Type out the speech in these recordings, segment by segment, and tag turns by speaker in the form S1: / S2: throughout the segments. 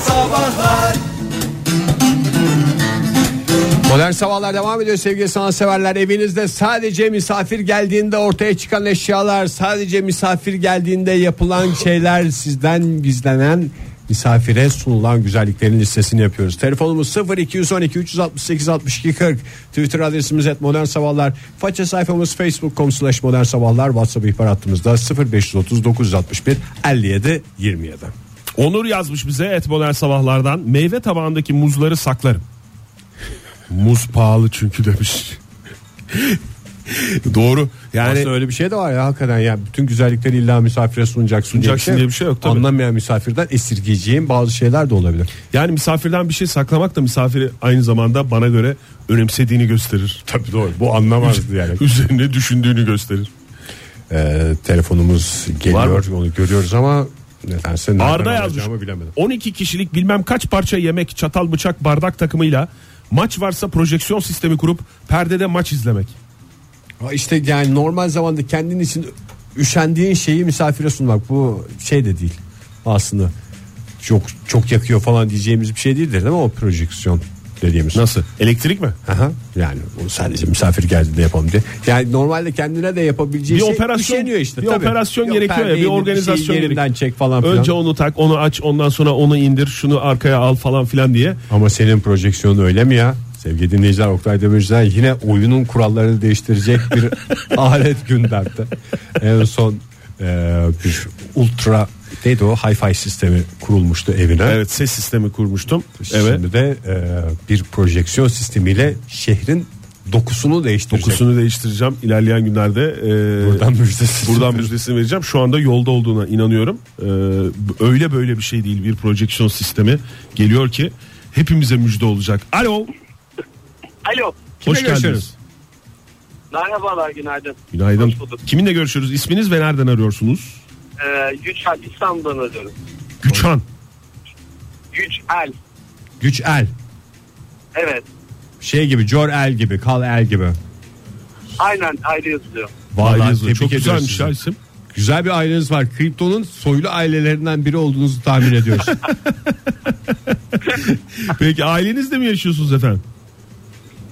S1: Sabahlar
S2: Modern Sabahlar devam ediyor sevgili sanatseverler. Evinizde sadece misafir geldiğinde ortaya çıkan eşyalar, sadece misafir geldiğinde yapılan şeyler sizden gizlenen misafire sunulan güzelliklerin listesini yapıyoruz. Telefonumuz 0212 368 62 40. Twitter adresimiz et modern sabahlar. Faça sayfamız facebook.com slash modern sabahlar. WhatsApp ihbar hattımızda 0530 961 57 27.
S3: Onur yazmış bize et modern sabahlardan meyve tabağındaki muzları saklarım. Muz pahalı çünkü demiş. Doğru. Yani
S2: Aslında öyle bir şey de var ya hakikaten ya bütün güzellikleri illa misafire sunacak
S3: Sunacaksın diye bir şey yok tabii.
S2: Anlamayan misafirden esirgeyeceğim bazı şeyler de olabilir.
S3: yani misafirden bir şey saklamak da misafiri aynı zamanda bana göre önemsediğini gösterir. Tabii doğru. Bu
S2: anlamazdı yani.
S3: Üzerine düşündüğünü gösterir.
S2: Ee, telefonumuz geliyor onu görüyoruz ama nedense nereden
S3: Arda yazmış.
S2: alacağımı bilemedim.
S3: 12 kişilik bilmem kaç parça yemek, çatal, bıçak, bardak takımıyla maç varsa projeksiyon sistemi kurup perdede maç izlemek.
S2: Ha İşte yani normal zamanda kendin için üşendiğin şeyi misafire sunmak bu şey de değil aslında çok çok yakıyor falan diyeceğimiz bir şey değildir değil mi o projeksiyon dediğimiz.
S3: Nasıl? Elektrik mi?
S2: Aha, yani o sadece misafir geldi de yapalım diye. Yani normalde kendine de yapabileceği
S3: Bir
S2: şey
S3: operasyon-
S2: üşeniyor işte.
S3: bir
S2: tabii.
S3: operasyon
S2: Yok,
S3: gerekiyor ya, bir
S2: perdeyi şey
S3: organizasyon
S2: yerinden
S3: gerekiyor.
S2: çek falan filan.
S3: Önce onu tak, onu aç, ondan sonra onu indir, şunu arkaya al falan filan diye.
S2: Ama senin projeksiyonu öyle mi ya? Sevgili dinleyiciler Oktay Demirci'den yine oyunun kurallarını değiştirecek bir alet gönderdi. En son e, bir ultra neydi o hi-fi sistemi kurulmuştu evine.
S3: Evet, ses sistemi kurmuştum.
S2: Şimdi
S3: Evet.
S2: de e, bir projeksiyon sistemiyle şehrin dokusunu değiştirecek.
S3: Dokusunu değiştireceğim ilerleyen günlerde. e,
S2: Buradan müjdesi.
S3: Buradan müjdesini vereceğim. Şu anda yolda olduğuna inanıyorum. Ee, b- öyle böyle bir şey değil. Bir projeksiyon sistemi geliyor ki hepimize müjde olacak. Alo.
S4: Alo.
S3: hoş
S2: görüşüyoruz?
S3: geldiniz.
S4: Merhabalar günaydın.
S3: Günaydın.
S4: Hoş bulduk.
S3: Kiminle görüşüyoruz? İsminiz ve nereden arıyorsunuz?
S4: Ee, Yücel İstanbul'dan arıyorum.
S3: Güçhan.
S4: Yücel.
S2: Güç el.
S4: Evet.
S2: Şey gibi Jor el gibi Kal el gibi.
S4: Aynen ayrı yazılıyor.
S2: Vallahi
S3: Ailesi.
S2: tebrik
S3: Çok
S2: ediyoruz
S3: güzelmiş
S2: sizi.
S3: ya isim.
S2: Güzel bir aileniz var. Kriptonun soylu ailelerinden biri olduğunuzu tahmin ediyoruz.
S3: Peki ailenizle mi yaşıyorsunuz efendim?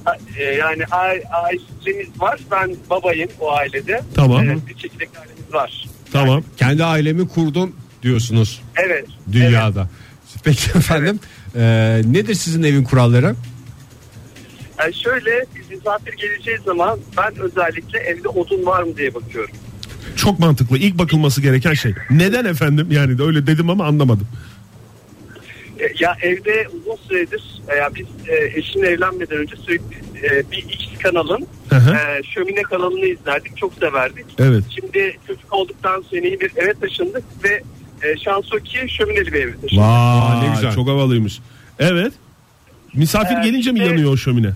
S4: A- e, yani a- ailemiz var. Ben babayım o ailede.
S3: Tamam.
S4: Evet, bir çekirdek ailemiz var.
S3: Tamam.
S2: Kendi ailemi kurdum diyorsunuz
S4: Evet. Evet.
S2: dünyada. Peki efendim eee, nedir sizin evin kuralları?
S4: Yani şöyle biz misafir geleceği zaman ben özellikle evde odun var mı diye bakıyorum.
S3: Çok mantıklı. İlk bakılması gereken şey. Neden efendim? Yani de öyle dedim ama anlamadım.
S4: E, Ya evde uzun süredir e, ya biz e, eşimle evlenmeden önce sürekli e, bir X kanalın
S3: Hı hı.
S4: e, şömine kanalını izlerdik. Çok severdik.
S3: Evet.
S4: Şimdi çocuk olduktan sonra yeni bir eve taşındık ve e, şans o ki şömineli bir eve taşındık.
S3: Vay
S2: ne güzel.
S3: Çok havalıymış. Evet. Misafir
S4: Ee,
S3: gelince mi
S4: işte-
S3: yanıyor o şömine?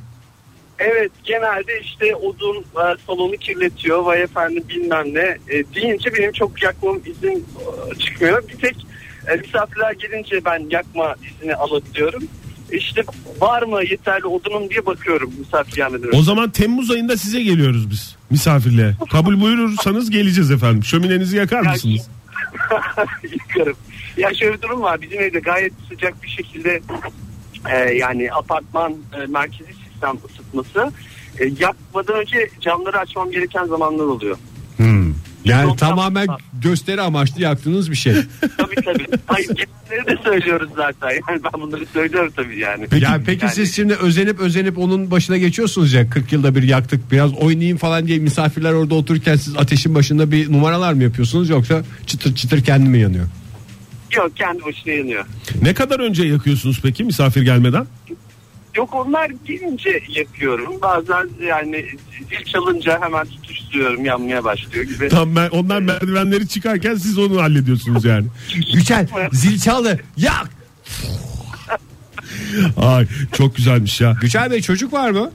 S4: Evet genelde işte odun e, salonu kirletiyor vay efendim bilmem ne e, deyince benim çok yakmam izin e, çıkmıyor. Bir tek e, misafirler gelince ben yakma izni alabiliyorum. İşte var mı yeterli odunum diye bakıyorum misafir gelmeden önce.
S3: O zaman Temmuz ayında size geliyoruz biz misafirliğe. Kabul buyurursanız geleceğiz efendim. Şöminenizi yakar
S4: Ya-
S3: mısınız?
S4: Yıkarım. Ya şöyle bir durum var. Bizim evde gayet sıcak bir şekilde e, yani apartman e, merkezi sistem ısıtması. E, yapmadan önce camları açmam gereken zamanlar oluyor.
S2: Yani
S4: Yok,
S2: tamamen
S4: tamam.
S2: gösteri amaçlı yaptığınız bir şey.
S4: Tabii tabii. Hayır gelenleri de söylüyoruz zaten. Yani ben bunları söylüyorum tabii yani.
S2: Peki, yani peki
S4: Yani-
S2: siz şimdi özenip özenip onun başına geçiyorsunuz ya 40 yılda bir yaktık biraz oynayayım falan diye misafirler orada otururken siz ateşin başında bir numaralar mı yapıyorsunuz yoksa çıtır çıtır kendi mi yanıyor?
S4: Yok kendi başına yanıyor.
S3: Ne kadar önce yakıyorsunuz peki misafir gelmeden?
S4: Yok onlar gelince yapıyorum. Bazen yani zil çalınca hemen tutuşturuyorum yanmaya başlıyor gibi.
S3: Tam ben onlar merdivenleri çıkarken siz onu hallediyorsunuz yani.
S2: Güçel zil çaldı yak.
S3: Ay çok güzelmiş ya.
S2: Güçel Bey çocuk var mı?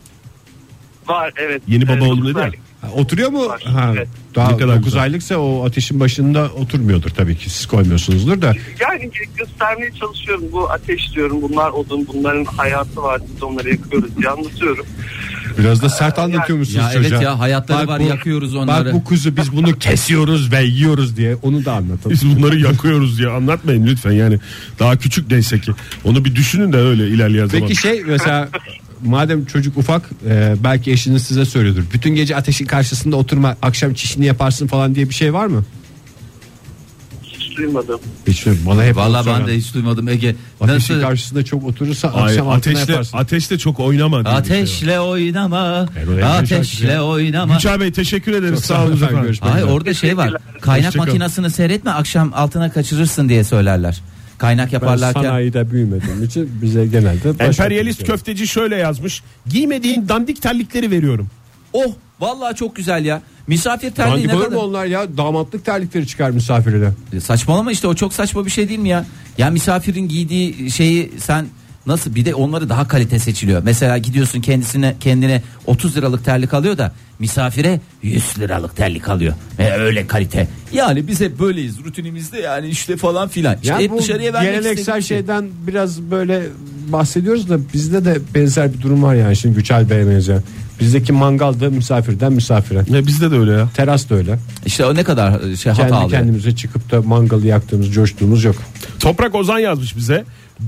S4: Var evet.
S3: Yeni baba
S4: Ee,
S3: oldum dedi ya.
S4: dokuz aylık-
S2: Ha, Oturuyor mu?
S4: Var,
S2: Ha,
S4: evet.
S2: Daha
S3: Ne kadar
S2: 9
S3: güzel.
S2: aylıksa o ateşin başında oturmuyordur tabii ki. Siz koymuyorsunuzdur da.
S4: Yani göstermeye çalışıyorum. Bu ateş diyorum. Bunlar odun. Bunların hayatı var. Biz onları yakıyoruz diye anlatıyorum.
S2: Biraz da sert anlatıyor musunuz
S1: Ya evet
S2: çocuğa?
S1: ya, hayatları var, yakıyoruz onları.
S2: Bak bu kuzu biz bunu kesiyoruz ve yiyoruz diye onu da anlatın.
S3: Biz bunları yakıyoruz diye anlatmayın lütfen yani daha küçük neyse ki onu bir düşünün de öyle ilerleyen zaman.
S2: Peki şey mesela madem çocuk ufak e, belki eşiniz size söylüyordur. Bütün gece ateşin karşısında oturma akşam çişini yaparsın falan diye bir şey var mı?
S4: Hiç duymadım.
S2: Hiç mi? şey Bana hep
S1: Valla
S2: onu
S1: ben de
S2: söyler.
S1: hiç duymadım Ege.
S2: Ateşin
S1: Nasıl?
S2: karşısında çok oturursa
S3: Ay,
S2: akşam ateşle,
S3: ateşle,
S2: yaparsın.
S3: ateşle çok oynama. diye bir şey var.
S1: Ateşle oynama.
S2: Erol Evgen şarkısı
S1: Ateşle
S2: ya.
S1: oynama.
S3: Yüce Bey teşekkür ederiz
S2: Çok
S3: sağ olun
S2: sağ olun
S3: efendim.
S2: efendim.
S1: Hayır orada şey var. Kaynak
S3: Hoşçakalın.
S1: makinesini seyretme akşam altına kaçırırsın diye söylerler. Kaynak yaparlarken.
S2: sanayide büyümediğim için bize genelde
S3: Emperyalist köfteci şöyle yazmış. Giymediğin dandik terlikleri veriyorum.
S1: Oh vallahi çok güzel ya. Misafir terliği
S2: Dandik
S1: Hani ne
S2: olur mu
S1: kadar?
S2: onlar ya? Damatlık terlikleri çıkar misafirine.
S1: E, Saçmalama işte o çok saçma bir şey değil mi ya? Ya misafirin giydiği şeyi sen nasıl bir de onları daha kalite seçiliyor. Mesela gidiyorsun kendisine kendine 30 liralık terlik alıyor da misafire 100 liralık terlik alıyor. Ve öyle kalite. Yani biz hep böyleyiz rutinimizde yani işte falan filan. İşte
S2: Yani
S1: hep
S2: bu
S1: dışarıya vermek
S2: geleneksel
S1: istediğim şey.
S2: şeyden biraz böyle bahsediyoruz da bizde de benzer bir durum var yani şimdi Güçel Bey'e benzeyen. Bizdeki mangal da misafirden misafire.
S3: Ya bizde de öyle ya.
S2: Teras da öyle.
S1: İşte o ne kadar şey hata
S2: Kendi
S1: alıyor.
S2: kendimize çıkıp da mangalı yaktığımız, coştuğumuz yok.
S3: Toprak Ozan yazmış bize.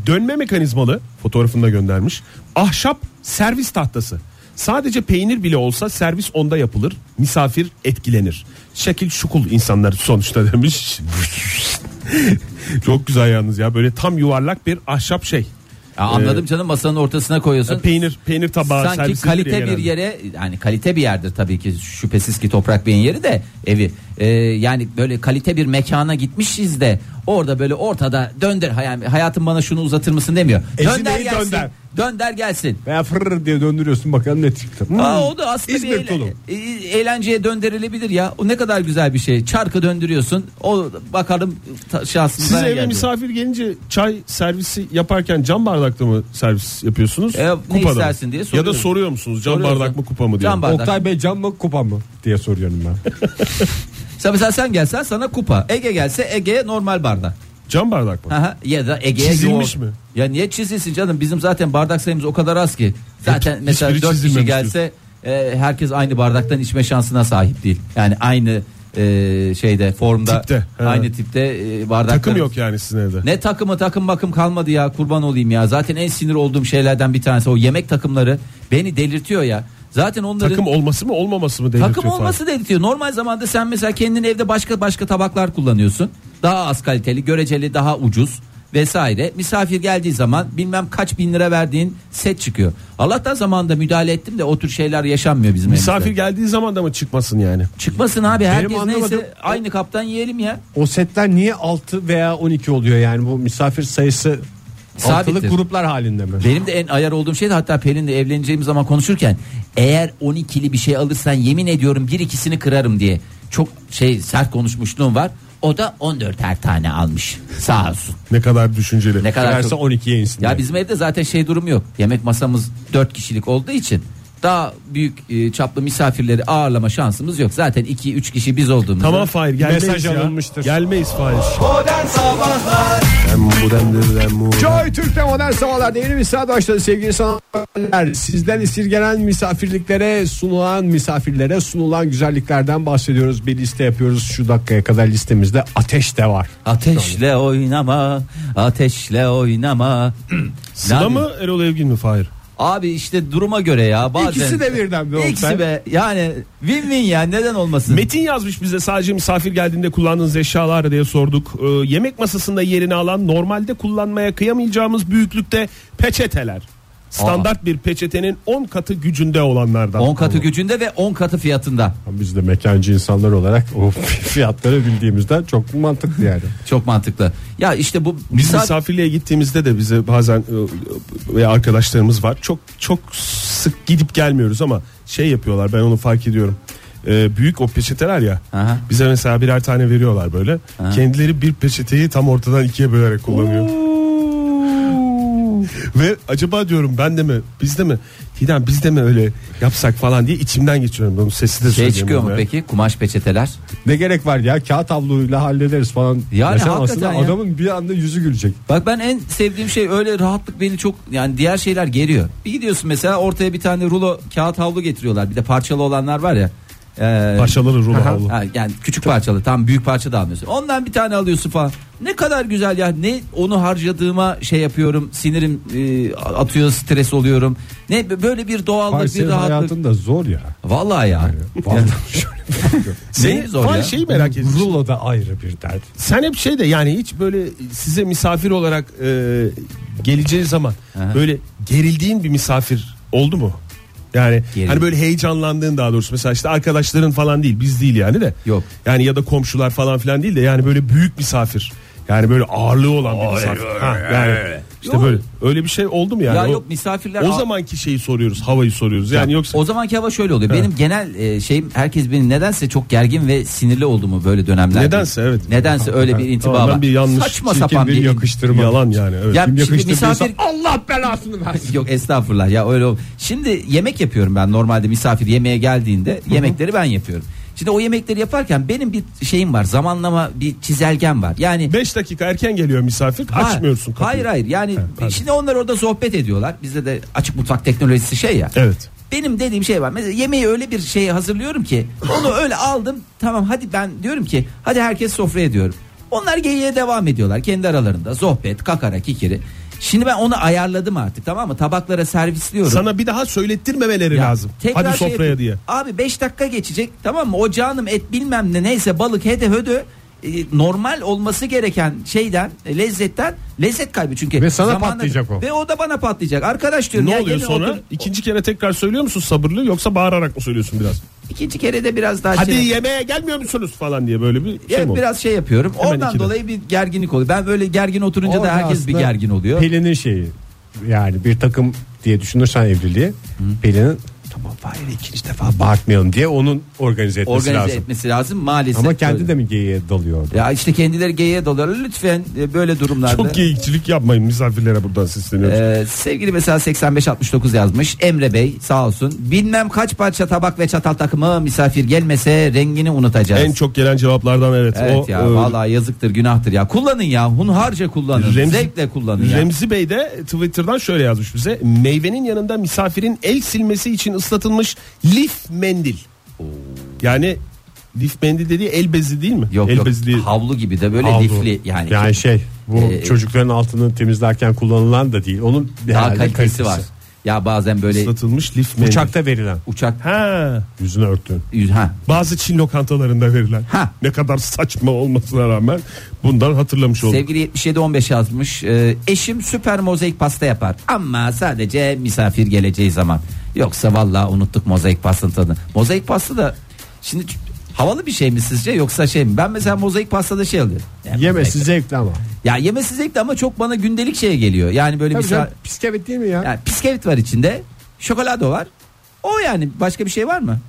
S3: Dönme mekanizmalı fotoğrafını da göndermiş. Ahşap servis tahtası. Sadece peynir bile olsa servis onda yapılır. Misafir etkilenir. Şekil şukul insanlar sonuçta demiş. Çok güzel yalnız ya böyle tam yuvarlak bir ahşap şey.
S1: Ya anladım canım masanın ortasına koyuyorsun.
S3: Peynir peynir tabağı
S1: Sanki
S3: servis edilir ya
S1: kalite bir
S3: genelde.
S1: yere yani kalite bir yerdir tabii ki şüphesiz ki Toprak Bey'in yeri de evi. Ee, yani böyle kalite bir mekana gitmişiz de orada böyle ortada döndür hay- hayatım bana şunu uzatır mısın demiyor.
S2: Ezineyi
S1: Dönder gelsin.
S2: dönder.
S1: Dönder gelsin.
S2: Veya fırır diye döndürüyorsun bakalım ne çıktı.
S1: Aa, o da aslında bir
S2: Hmm. İzmir
S1: eğle-
S2: tulu.
S1: e- eğlenceye döndürülebilir ya. O ne kadar güzel bir şey. Çarkı döndürüyorsun. O bakalım ta- şansımıza
S3: Siz
S1: ne
S3: eve
S1: geldi.
S3: misafir gelince çay servisi yaparken cam bardakta mı servis yapıyorsunuz?
S1: E, ne
S3: mı?
S1: istersin diye
S3: Ya da
S1: soruyorum.
S3: soruyor musunuz cam
S1: Soruyorsun.
S3: bardak mı kupa mı diye.
S1: Cam bardak.
S2: Oktay Bey cam mı kupa mı diye soruyorum ben.
S1: Sen mesela sen gelsen sana kupa. Ege gelse Ege'ye normal bardak.
S3: Cam bardak mı?
S1: Aha, ya da Ege'ye
S3: Çizilmiş
S1: yoğurt.
S3: mi?
S1: Ya niye çizilsin canım? Bizim zaten bardak sayımız o kadar az ki. Zaten
S3: Hiç-
S1: mesela
S3: hiçbiri
S1: 4 kişi
S3: çizilmemiş
S1: gelse e, herkes aynı bardaktan içme şansına sahip değil. Yani aynı e, şeyde formda
S3: Tipte, he.
S1: aynı tipte e, bardak.
S3: Takım yok yani sizin evde.
S1: Ne takımı takım bakım kalmadı ya kurban olayım ya. Zaten en sinir olduğum şeylerden bir tanesi o yemek takımları beni delirtiyor ya. Zaten onların
S3: Takım olması mı olmaması mı delirtiyor
S1: Takım olması delirtiyor. Normal zamanda sen mesela kendin evde başka başka tabaklar kullanıyorsun. Daha az kaliteli, göreceli, daha ucuz vesaire. Misafir geldiği zaman bilmem kaç bin lira verdiğin set çıkıyor. Allah'tan zamanında müdahale ettim de o tür şeyler yaşanmıyor bizim
S3: Misafir
S1: evimizde.
S3: geldiği zaman da mı çıkmasın yani?
S1: Çıkmasın abi herkes
S2: anlamadığım-
S1: neyse aynı kaptan yiyelim ya.
S2: O setler niye 6 veya 12 oluyor yani bu misafir sayısı
S1: Sabittir.
S2: altılı gruplar halinde mi?
S1: Benim de en ayar olduğum şey de hatta Pelin'le evleneceğim zaman konuşurken eğer 12'li bir şey alırsan yemin ediyorum bir ikisini kırarım diye çok şey sert konuşmuşluğum var. O da 14'er tane almış. Sağ olsun.
S3: Ne kadar düşünceli.
S1: Ne kadar
S2: Kırarsa
S1: çok-
S2: 12'ye insin.
S1: Ya
S2: diye.
S1: bizim evde zaten şey durumu yok. Yemek masamız 4 kişilik olduğu için daha büyük e, çaplı misafirleri ağırlama şansımız yok. Zaten 2 3 kişi biz olduğumuz.
S3: Tamam Fahir gelmeyiz
S2: Mesaj
S3: ya.
S2: alınmıştır.
S3: Gelmeyiz Fahir.
S2: Joy Türk'te modern sabahlarda yeni bir saat başladı sevgili sanatçılar. Sizden esirgenen misafirliklere E, sunulan misafirlere sunulan güzelliklerden bahsediyoruz. Bir liste yapıyoruz şu dakikaya kadar listemizde ateş de var.
S1: Ateşle oynama, ateşle oynama.
S3: Sıla
S1: Yani-
S3: mı Erol Evgin mi Fahir?
S1: Abi işte duruma göre ya bazen.
S2: İkisi de birden bir
S1: İkisi
S2: olsa.
S1: be. Yani win win ya neden olmasın?
S3: Metin yazmış bize sadece misafir geldiğinde kullandığınız eşyalar diye sorduk. Ee, yemek masasında yerini alan normalde kullanmaya kıyamayacağımız büyüklükte peçeteler. Standart bir peçetenin 10 katı gücünde olanlardan.
S1: 10 katı gücünde ve 10 katı fiyatında.
S2: Biz de mekancı insanlar olarak o fiyatları bildiğimizden çok mantıklı yani.
S1: Çok mantıklı. Ya işte bu
S3: Biz
S1: misafir-
S3: misafirliğe gittiğimizde de bize bazen e, ve arkadaşlarımız var. Çok çok sık gidip gelmiyoruz ama şey yapıyorlar ben onu fark ediyorum. E, büyük o peçeteler ya.
S1: Aha.
S3: Bize mesela birer tane veriyorlar böyle. Kendileri bir peçeteyi tam ortadan ikiye bölerek kullanıyor. Ve acaba diyorum ben de mi bizde mi Didem bizde mi öyle yapsak falan diye içimden geçiyorum. Bunu sesi de
S1: Şey
S3: söyleyeyim
S1: çıkıyor mu
S3: buraya.
S1: peki? Kumaş peçeteler.
S2: Ne gerek var ya kağıt havluyla hallederiz falan. Mesela
S1: Yani hakikaten
S2: aslında
S1: ya.
S2: adamın bir anda yüzü gülecek.
S1: Bak ben en sevdiğim şey öyle rahatlık beni çok yani diğer şeyler geriyor. Bir gidiyorsun mesela ortaya bir tane rulo kağıt havlu getiriyorlar. Bir de parçalı olanlar var ya. Ee,
S3: Parçaları rulo
S1: Aha.
S3: havlu.
S1: Ha, yani küçük parçalı tam büyük parça da almıyorsun. Ondan bir tane alıyorsun falan. Ne kadar güzel ya. Ne onu harcadığıma şey yapıyorum. Sinirim e, atıyor, stres oluyorum. Ne böyle bir doğallık,
S2: Var
S1: bir
S2: senin
S1: rahatlık.
S2: hayatın da zor ya.
S1: Vallahi ya.
S2: Vallahi şöyle bir bakıyorum.
S1: Ne zor
S3: Falan
S1: ya.
S3: şeyi merak ediyorum.
S2: Rulo da ayrı bir dert.
S3: Sen hep şey de yani hiç böyle size misafir olarak e, geleceği zaman
S1: Aha.
S3: böyle gerildiğin bir misafir oldu mu? Yani
S1: Gerildim.
S3: hani böyle heyecanlandığın daha doğrusu mesela işte arkadaşların falan değil biz değil yani de.
S1: Yok.
S3: Yani ya da komşular falan filan değil de yani böyle büyük misafir. Yani böyle ağırlığı olan bir misafir. Ha, yani işte böyle öyle bir şey oldu mu yani?
S1: Ya
S3: O-
S1: yok misafirler
S3: O zamanki şeyi soruyoruz, havayı soruyoruz. Yani yoksa
S1: O zamanki hava şöyle oluyor. Benim genel e, şeyim herkes beni nedense çok gergin ve sinirli olduğumu böyle dönemlerde.
S3: Nedense, evet.
S1: Nedense öyle bir intiba
S3: Tamamen
S1: var.
S3: bir yanlış,
S1: Saçma
S3: çirkin
S1: sapan
S3: bir
S1: bir
S3: yakıştırma. Yalan yani. Evet.
S1: Ya
S2: Kim
S1: şimdi
S2: yakıştırdıysa
S1: misafir
S2: Allah belasını versin.
S1: Yok estağfurullah ya öyle ol- Şimdi yemek yapıyorum ben normalde misafir yemeğe geldiğinde yemekleri ben yapıyorum. Şimdi o yemekleri yaparken benim bir şeyim var zamanlama bir çizelgem var. Yani
S3: 5 dakika erken geliyor misafir
S1: Ha,
S3: açmıyorsun kapıyı.
S1: Hayır hayır yani şimdi onlar orada sohbet ediyorlar. Bizde de açık mutfak teknolojisi şey ya.
S3: Evet.
S1: Benim dediğim şey var. Mesela yemeği öyle bir şey hazırlıyorum ki onu öyle aldım. Tamam hadi ben diyorum ki hadi herkes sofraya diyorum. Onlar geyiğe devam ediyorlar kendi aralarında. Sohbet, kakara, kikiri. Şimdi ben onu ayarladım artık tamam mı? Tabaklara servisliyorum.
S3: Sana bir daha söylettirmemeleri
S1: Ya,
S3: lazım.
S1: tekrar
S3: Hadi
S1: şey
S3: sofraya
S1: yapayım.
S3: diye.
S1: Abi 5 dakika geçecek tamam mı? O canım et bilmem ne neyse balık hede hödö e, normal olması gereken şeyden e, lezzetten lezzet kaybı çünkü.
S2: Ve sana
S1: zamanla-
S2: patlayacak o.
S1: Ve o da bana patlayacak. Arkadaş diyorum.
S3: Ne
S1: ya
S3: oluyor
S1: gelin
S3: sonra?
S1: otur-
S3: İkinci kere tekrar söylüyor musun sabırlı yoksa bağırarak mı söylüyorsun biraz?
S1: İkinci kere de biraz daha
S3: Hadi
S1: şey.
S3: yemeğe gelmiyor musunuz falan diye böyle bir şey
S1: Evet,
S3: mi oldu?
S1: biraz şey yapıyorum.
S3: Hemen
S1: Ondan
S3: ikide.
S1: dolayı bir gerginlik oluyor. Ben böyle gergin oturunca
S2: Orada
S1: da herkes bir
S2: aslında
S1: gergin oluyor.
S2: Pelin'in şeyi yani bir takım diye düşünürsen evliliği Pelin'in tamam Fahir ikinci defa bağırtmayalım diye onun organize etmesi
S1: organize
S2: lazım.
S1: etmesi lazım maalesef.
S2: Ama kendi
S1: böyle.
S2: de mi geyiğe dalıyor orada?
S1: ya işte kendileri geyiğe dolarlar lütfen e, böyle durumlarda.
S3: Çok geyikçilik yapmayın misafirlere buradan sesleniyoruz.
S1: Ee, sevgili mesela 8569 yazmış Emre Bey sağ olsun bilmem kaç parça tabak ve çatal takımı misafir gelmese rengini unutacağız.
S3: en çok gelen cevaplardan evet.
S1: evet
S3: o,
S1: ya
S3: e,
S1: vallahi yazıktır günahtır ya kullanın ya hunharca kullanın
S3: Remzi-
S1: zevkle kullanın ya.
S3: Remzi Bey de Twitter'dan şöyle yazmış bize. Meyvenin yanında misafirin el silmesi için ıslatılmış lif mendil. Yani lif mendil dediği el bezi değil mi?
S1: Yok
S3: el
S1: yok
S3: bezi değil.
S1: havlu gibi de böyle
S2: Havlu.
S1: lifli yani.
S2: Yani şey bu
S1: Ee,
S2: çocukların altını temizlerken kullanılan da değil. Onun bir
S1: daha
S2: herhalde
S1: kalitesi, var. Ya bazen böyle
S3: Islatılmış lif mendil.
S2: Uçakta verilen
S1: uçak
S3: Ha.
S2: yüzüne örttüğün.
S1: yüz- ha
S3: Bazı Çin lokantalarında verilen.
S1: Ha.
S3: Ne kadar saçma olmasına rağmen bundan hatırlamış oldum.
S1: Sevgili 7715 yazmış. e, eşim süper mozaik pasta yapar. Ama sadece misafir geleceği zaman. Yoksa vallahi unuttuk mozaik pastanın tadını. Mozaik pasta da şimdi ç- havalı bir şey mi sizce yoksa şey mi? Ben mesela mozaik pastada şey alıyorum. Yani
S2: Yemesi
S1: mozaik-
S2: zevkli ama.
S1: Ya yemesi zevkli ama çok bana gündelik şeye geliyor. Yani böyle
S2: Tabii
S1: bir
S2: canım,
S1: sa-
S2: Bisküvit değil mi ya?
S1: yani piskevit var içinde. Şokolado var. O yani başka bir şey var mı?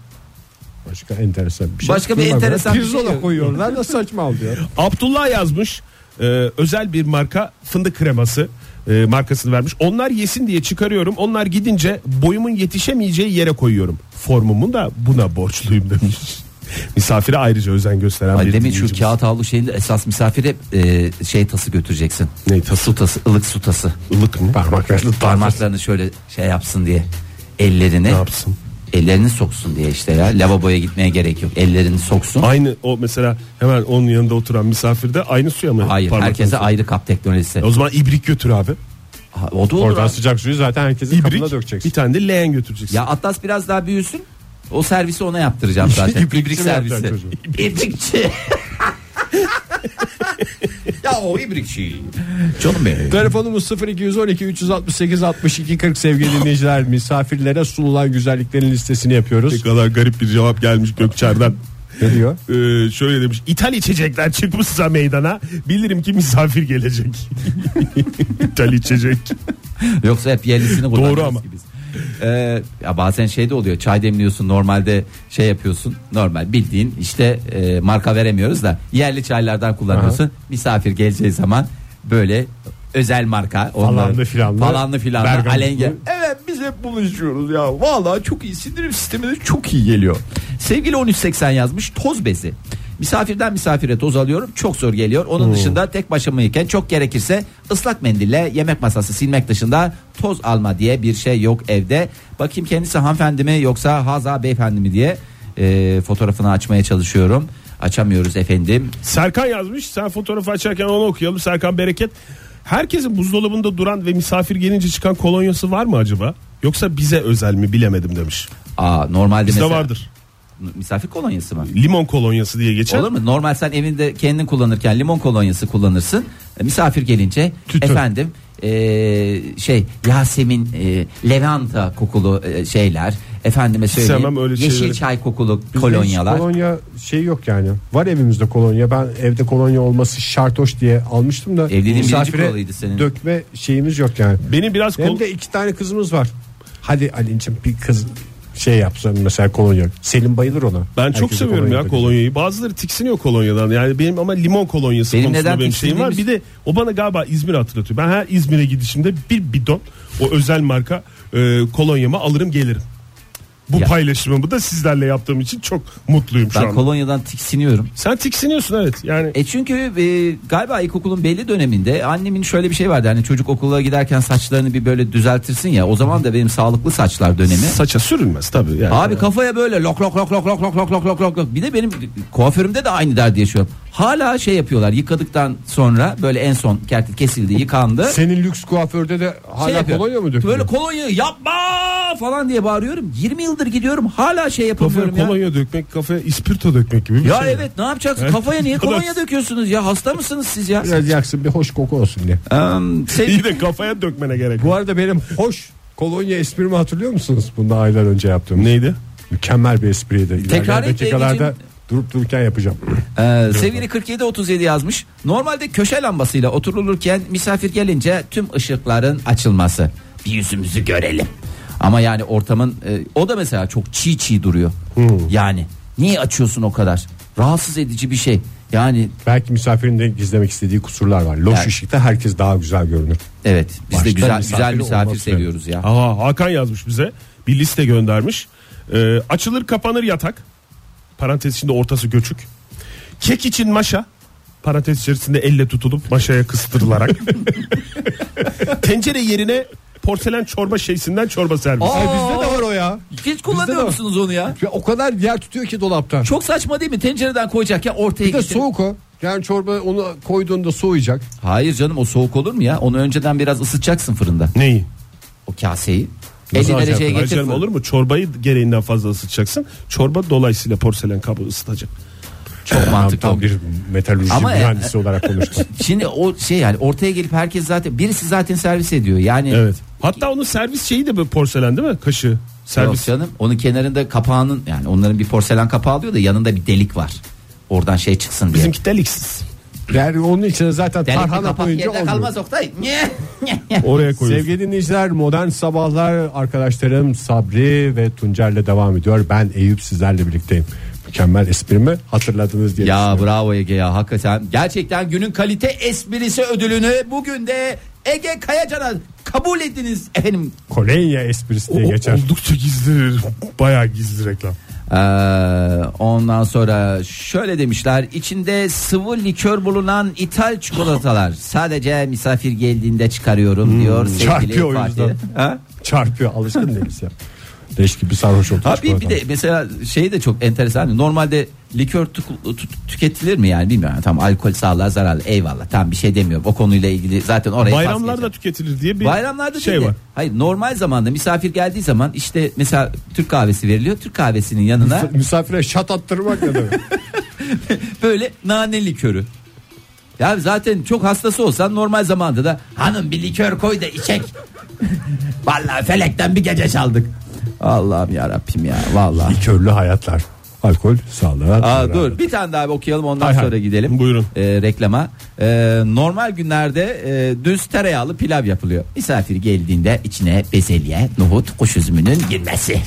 S2: Başka enteresan bir şey.
S1: Başka bir
S2: Bunlar böyle
S1: enteresan bir şey
S2: pirzola
S1: yok.
S2: koyuyorlar da saçma oluyor.
S3: Abdullah yazmış. e, özel bir marka fındık kreması e, markasını vermiş. Onlar yesin diye çıkarıyorum. Onlar gidince boyumun yetişemeyeceği yere koyuyorum. Formumu da buna borçluyum demiş. Misafire ayrıca özen gösteren
S1: Ay
S3: bir
S1: demin şu
S3: dinleyicimiz.
S1: kağıt havlu şeyinde esas misafire e, şey tası götüreceksin.
S3: Ne tası?
S1: Su tası, ılık su tası.
S3: Ilık mı?
S2: Parmaklarını
S1: parmaklarını şöyle şey yapsın diye ellerini
S3: Ne yapsın?
S1: ellerini soksun diye işte ya lavaboya gitmeye gerek yok ellerini soksun
S3: Aynı o mesela hemen onun yanında oturan misafirde aynı suya mı?
S1: hayır
S3: parmaklarını
S1: herkese
S3: sokuyor?
S1: ayrı kap teknolojisi
S3: O zaman ibrik götür abi.
S1: Ha, o da olur
S2: Oradan
S1: abi.
S2: sıcak suyu zaten herkesin kapına
S3: İbrik bir
S2: dökeceksin.
S3: tane de leğen götüreceksin.
S1: ya atlas biraz daha büyüsün o servisi ona yaptıracağım zaten
S2: İbrikçi
S1: ibrik
S2: mi
S1: servisi
S2: yapacaksın çocuğu?
S1: ibrikçi ya o ibrikçi canım benim
S2: Telefonumuz 0212 368 62 40 sevgili dinleyiciler. Misafirlere sunulan güzelliklerin listesini
S3: Ne
S2: yapıyoruz.
S3: kadar garip bir cevap gelmiş Gökçer'den.
S2: Ne diyor?
S3: Ee, şöyle demiş İthal içecekler çıkmışsa meydana bilirim ki misafir gelecek. İthal içecek.
S1: Yoksa hep yerlisini kullanıyoruz
S3: Doğru ama.
S1: ki biz. Ee, ya bazen şey de oluyor çay demliyorsun normalde şey yapıyorsun normal bildiğin işte e, marka veremiyoruz da yerli çaylardan kullanıyorsun misafir geleceği zaman böyle özel marka.
S2: Falanlı filanlı.
S1: Falanlı filanlı.
S2: Bergamotlu.
S1: Alenge.
S5: Evet biz hep buluşuyoruz ya. Vallahi çok iyi sindirim sistemine çok iyi geliyor.
S1: Sevgili 1380 yazmış toz bezi. Misafirden misafire toz alıyorum çok zor geliyor. Onun dışında tek başımayken çok gerekirse ıslak mendille yemek masası silmek dışında toz alma diye bir şey yok evde. Bakayım kendisi hanımefendi mi yoksa Haza beyefendi mi diye e, fotoğrafını açmaya çalışıyorum. Açamıyoruz efendim.
S3: Serkan yazmış. Sen fotoğrafı açarken onu okuyalım. Serkan Bereket. Herkesin buzdolabında duran ve misafir gelince çıkan kolonyası var mı acaba? Yoksa bize özel mi bilemedim demiş.
S1: Aa normalde
S3: Bizde
S1: mesela
S3: vardır.
S1: misafir kolonyası mı?
S3: Limon kolonyası diye geçer.
S1: Olur mu? Normal sen evinde kendin kullanırken limon kolonyası kullanırsın. E, Misafir gelince
S3: Tütün.
S1: efendim e, şey Yasemin e, Levanta kokulu e, şeyler efendime söyleyeyim
S3: sevmem öyle
S1: yeşil
S3: şeyleri.
S1: çay kokulu
S2: Bizde hiç
S1: kolonyalar.
S2: Kolonya şey yok yani. Var evimizde kolonya. Ben evde kolonya olması şart hoş diye almıştım da.
S1: Evliliğin birinci
S2: misafire
S1: kuralıydı senin.
S2: Dökme şeyimiz yok yani.
S3: Benim biraz kol-
S2: Hem de iki tane kızımız var. Hadi Ali'cim bir kız şey yapsın mesela kolonya. Selim bayılır ona.
S3: ben çok
S2: Herkese
S3: seviyorum ya
S2: dökecek.
S3: kolonyayı. Bazıları tiksiniyor kolonyadan. Yani benim ama limon kolonyası
S1: Benim
S3: konusunda
S1: neden
S3: benim şeyim var. Bir
S1: tiksindiğimiz-
S3: de o bana galiba İzmir hatırlatıyor. Ben her İzmir'e gidişimde bir bidon o özel marka e, kolonyamı alırım gelirim. Bu
S1: Ya.
S3: paylaşımımı da sizlerle yaptığım için çok mutluyum şu
S1: Ben
S3: an.
S1: kolonyadan tiksiniyorum.
S3: Sen tiksiniyorsun evet. Yani
S1: E çünkü e, galiba ilkokulun belli döneminde annemin şöyle bir şey vardı. Hani çocuk okula giderken saçlarını bir böyle düzeltirsin ya. O zaman da benim sağlıklı saçlar dönemi.
S3: Saça sürülmez tabii. Yani.
S1: Abi kafaya böyle lok lok lok lok lok lok lok lok lok lok lok. Bir de benim kuaförümde de aynı derdi yaşıyorum. Hala şey yapıyorlar yıkadıktan sonra böyle en son kertik kesildi yıkandı.
S2: Senin lüks kuaförde de
S1: Şey
S2: hala
S1: yapıyor.
S2: kolonya mı döküyor?
S1: Böyle kolonya yapma falan diye bağırıyorum. 20 yıldır gidiyorum hala şey
S3: Kafaya
S1: yapamıyorum ya.
S3: kolonya dökmek, kafaya ispirto dökmek gibi bir
S1: Ya
S3: şey.
S1: evet ne yapacaksın kafaya niye kolonya döküyorsunuz ya hasta mısınız siz ya?
S2: Biraz yaksın bir hoş koku olsun diye.
S1: Em, sevgili-
S3: İyi de kafaya dökmene gerek. yok.
S2: Bu arada benim hoş kolonya esprimi hatırlıyor musunuz? Bundan aylar önce yaptığım.
S3: Neydi?
S2: Mükemmel bir espriydi. İlerleyen
S1: Tekrar et
S2: dakikalarda
S1: Ege'ciğim.
S2: durup dururken yapacağım.
S1: Ee, sevgili 4737 yazmış. Normalde köşe lambasıyla oturulurken misafir gelince tüm ışıkların açılması. Bir yüzümüzü görelim. Ama yani ortamın e, o da mesela çok çiğ çiğ duruyor.
S2: Hmm.
S1: Yani niye açıyorsun o kadar? Rahatsız edici bir şey. Yani
S2: Belki misafirin de gizlemek istediği kusurlar var. Loş
S1: Yani.
S2: ışıkta herkes daha güzel görünür.
S1: evet biz
S2: Başta
S1: de güzel
S2: misafiri
S1: güzel misafir
S2: olması.
S1: seviyoruz ya.
S3: Aha, Hakan yazmış bize. Bir liste göndermiş. Ee, açılır kapanır yatak. Parantez içinde ortası göçük. Kek için maşa. Parantez içerisinde elle tutulup maşaya kıstırılarak. Tencere yerine porselen çorba şeysinden çorba servis.
S1: Aa,
S2: bizde de var o ya.
S1: Hiç kullanıyor
S2: var.
S1: musunuz onu ya?
S2: Ya O kadar yer tutuyor ki dolapta.
S1: Çok saçma değil mi? Tencereden koyacakken ortaya
S2: bir de
S1: getirip-
S2: soğuk o. Yani çorba onu koyduğunda soğuyacak.
S1: Hayır canım o soğuk olur mu ya? Onu önceden biraz ısıtacaksın fırında.
S3: Neyi?
S1: O kaseyi. 50
S2: Nasıl
S1: dereceye
S2: alacaksın?
S1: getir.
S3: Hayır canım,
S1: fırına.
S3: olur mu? Çorbayı gereğinden fazla ısıtacaksın. Çorba dolayısıyla porselen kabı ısıtacak.
S1: Çok mantıklı.
S2: Tam bir metalürji
S1: Ama- e,
S2: mühendisi olarak konuştum.
S1: Şimdi o şey yani ortaya gelip herkes zaten birisi zaten servis ediyor. Yani
S3: Evet. Hatta onun servis şeyi de böyle porselen değil mi? Kaşığı.
S1: Yok
S3: Servis.
S1: canım onun kenarında kapağının yani onların bir porselen kapağı alıyor da yanında bir delik var. Oradan şey çıksın diye.
S3: Bizimki deliksiz.
S2: yani onun içine zaten
S1: Delikli
S2: tarhana
S1: kapak
S2: koyunca
S1: yerde
S2: olmuyor.
S1: kalmaz Oktay.
S3: Oraya koyuyorsun.
S2: Sevgili dinleyiciler modern sabahlar arkadaşlarım Sabri ve Tuncer'le devam ediyor. Ben Eyüp sizlerle birlikteyim. Mükemmel esprimi hatırladınız diye
S1: ya
S2: düşünüyorum.
S1: bravo Ege ya hakikaten. Gerçekten günün kalite esprisi ödülünü bugün de Ege Kayacan'a kabul ettiniz efendim.
S2: Kolenya esprisi diye
S3: O-
S2: geçer.
S3: Oldukça gizli. Bayağı gizli reklam.
S1: Ee, ondan sonra şöyle demişler içinde sıvı likör bulunan ithal çikolatalar sadece misafir geldiğinde çıkarıyorum
S3: Hmm,
S1: diyor sevgili
S2: çarpıyor o
S1: Fatih.
S2: yüzden.
S1: Ha?
S2: Çarpıyor alışkın değiliz ya. Leş gibi sarhoş olduk.
S1: Ha, bir, bir
S2: çikolatadan.
S1: de mesela şey de çok enteresan normalde likör tük- tü- tüketilir mi yani bilmiyorum tam alkol sağlığa zararlı eyvallah tam bir şey demiyorum o konuyla ilgili zaten oraya
S3: Bayramlarda
S1: basmayacağım.
S3: tüketilir diye bir
S1: Bayramlarda
S3: şey
S1: değil de,
S3: var.
S1: Hayır normal zamanda misafir geldiği zaman işte mesela Türk kahvesi veriliyor. Türk kahvesinin yanına
S2: Misafire şat attırmak ne demek?
S1: böyle nane likörü. Ya zaten çok hastası olsan normal zamanda da hanım bir likör koy da içek. vallahi felekten bir gece çaldık. Allah'ım ya Rabbim ya vallahi.
S2: Likörlü hayatlar. Alkol sağlığa.
S1: Aa,
S2: zararlı.
S1: dur bir tane daha bir okuyalım ondan
S2: Hay hay.
S1: sonra gidelim.
S3: Buyurun.
S1: Ee, reklama. Ee, normal günlerde e, düz tereyağlı pilav yapılıyor. Misafir geldiğinde içine bezelye, nohut, kuş üzümünün girmesi.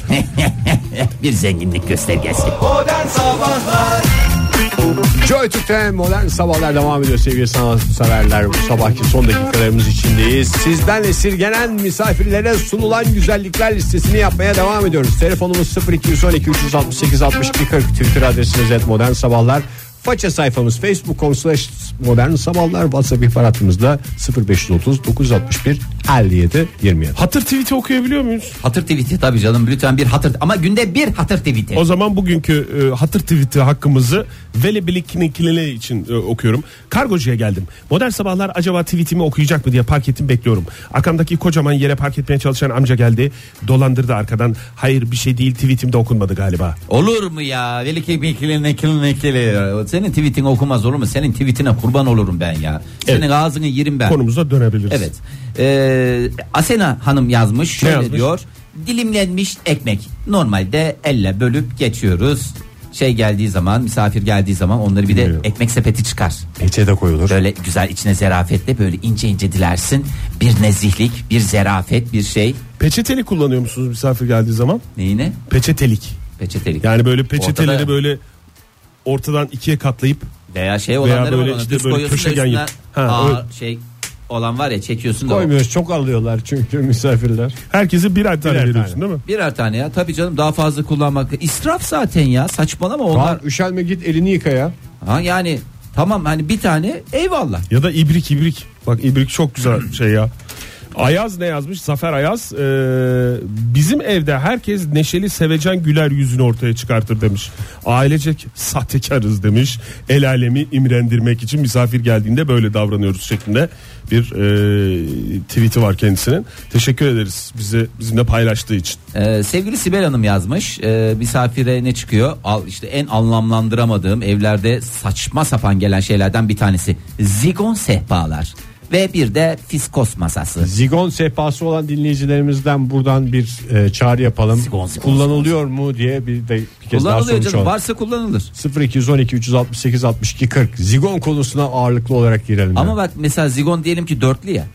S1: bir zenginlik göstergesi.
S2: Joy Türk'te modern sabahlar devam ediyor sevgili sanatseverler. Bu sabahki son dakikalarımız içindeyiz. Sizden esirgenen misafirlere sunulan güzellikler listesini yapmaya devam ediyoruz. Telefonumuz 0212 368 62 40 Twitter adresimiz et modern sabahlar. Faça sayfamız facebook.com slash modern sabahlar. WhatsApp ihbar hattımızda 0530 961 57 27.
S3: Hatır tweet'i okuyabiliyor muyuz?
S1: Hatır tweet'i tabii canım lütfen bir hatır ama günde bir hatır tweet'i.
S3: O zaman bugünkü e, hatır tweet'i hakkımızı Veli Biliknikile için e, okuyorum. Kargocuya geldim. Modern sabahlar acaba tweetimi okuyacak mı diye park ettim bekliyorum. Arkamdaki kocaman yere park etmeye çalışan amca geldi. Dolandırdı arkadan. Hayır bir şey değil tweetim de okunmadı galiba.
S1: Olur mu ya? Veliki bikili nekili nekili. Senin tweetin okumaz olur mu? Senin tweetine kurban olurum ben ya. Senin
S3: Evet.
S1: ağzını yerim ben.
S3: Konumuza dönebiliriz.
S1: Evet. Ee, Asena Hanım yazmış. Şöyle
S3: yazmış?
S1: diyor. Dilimlenmiş ekmek. Normalde elle bölüp geçiyoruz. Şey geldiği zaman, misafir geldiği zaman onları bir de
S3: Bilmiyorum.
S1: ekmek sepeti çıkar.
S2: Peçe de koyulur.
S1: Böyle güzel içine zarafetle böyle ince ince dilersin. Bir nezihlik, bir zarafet, bir şey.
S3: Peçeteli kullanıyor musunuz misafir geldiği zaman?
S1: Neyine?
S3: Peçetelik.
S1: Peçetelik.
S3: Yani böyle peçeteleri
S1: Ortada-
S3: böyle ortadan ikiye katlayıp
S1: Veya şey olanları
S3: böyle
S1: var.
S3: işte
S1: Işte düz
S3: böyle
S1: koyuyorsun da
S3: köşegen
S1: üstüne
S3: yap- Ha,
S1: ağır
S3: öyle.
S1: şey olan var ya çekiyorsun da. o-
S2: Koymuyoruz çok alıyorlar çünkü misafirler.
S3: herkese birer tane
S2: Birer
S3: veriyorsun
S2: tane.
S3: değil mi?
S1: Birer tane ya tabii canım daha fazla kullanmak. israf zaten ya saçmalama onlar.
S2: Var üşenme git elini yıka ya.
S1: Ha, yani tamam hani bir tane eyvallah.
S3: Ya da ibrik ibrik. Bak ibrik çok güzel şey ya. Ayaz ne yazmış? Zafer Ayaz. e, bizim evde herkes neşeli sevecen güler yüzünü ortaya çıkartır demiş. Ailecek sahtekarız demiş. El alemi imrendirmek için misafir geldiğinde böyle davranıyoruz şeklinde bir e, tweet'i var kendisinin. Teşekkür ederiz bizi bizimle paylaştığı için.
S1: Ee, sevgili Sibel Hanım yazmış. Ee, misafire ne çıkıyor? Al işte en anlamlandıramadığım evlerde saçma sapan gelen şeylerden bir tanesi. Zigon sehpalar ve bir de fiskos masası.
S2: Zigon sehpası olan dinleyicilerimizden buradan bir e, çağrı yapalım.
S1: Zigon, zigon,
S2: Kullanılıyor mu diye bir de bir kez daha
S1: Kullanılıyor
S2: sormuş
S1: canım.
S2: olalım.
S1: Varsa kullanılır.
S2: 0212 368 62 40 Zigon konusuna ağırlıklı olarak girelim.
S1: Ama
S2: yani.
S1: bak mesela zigon diyelim ki dörtlü ya.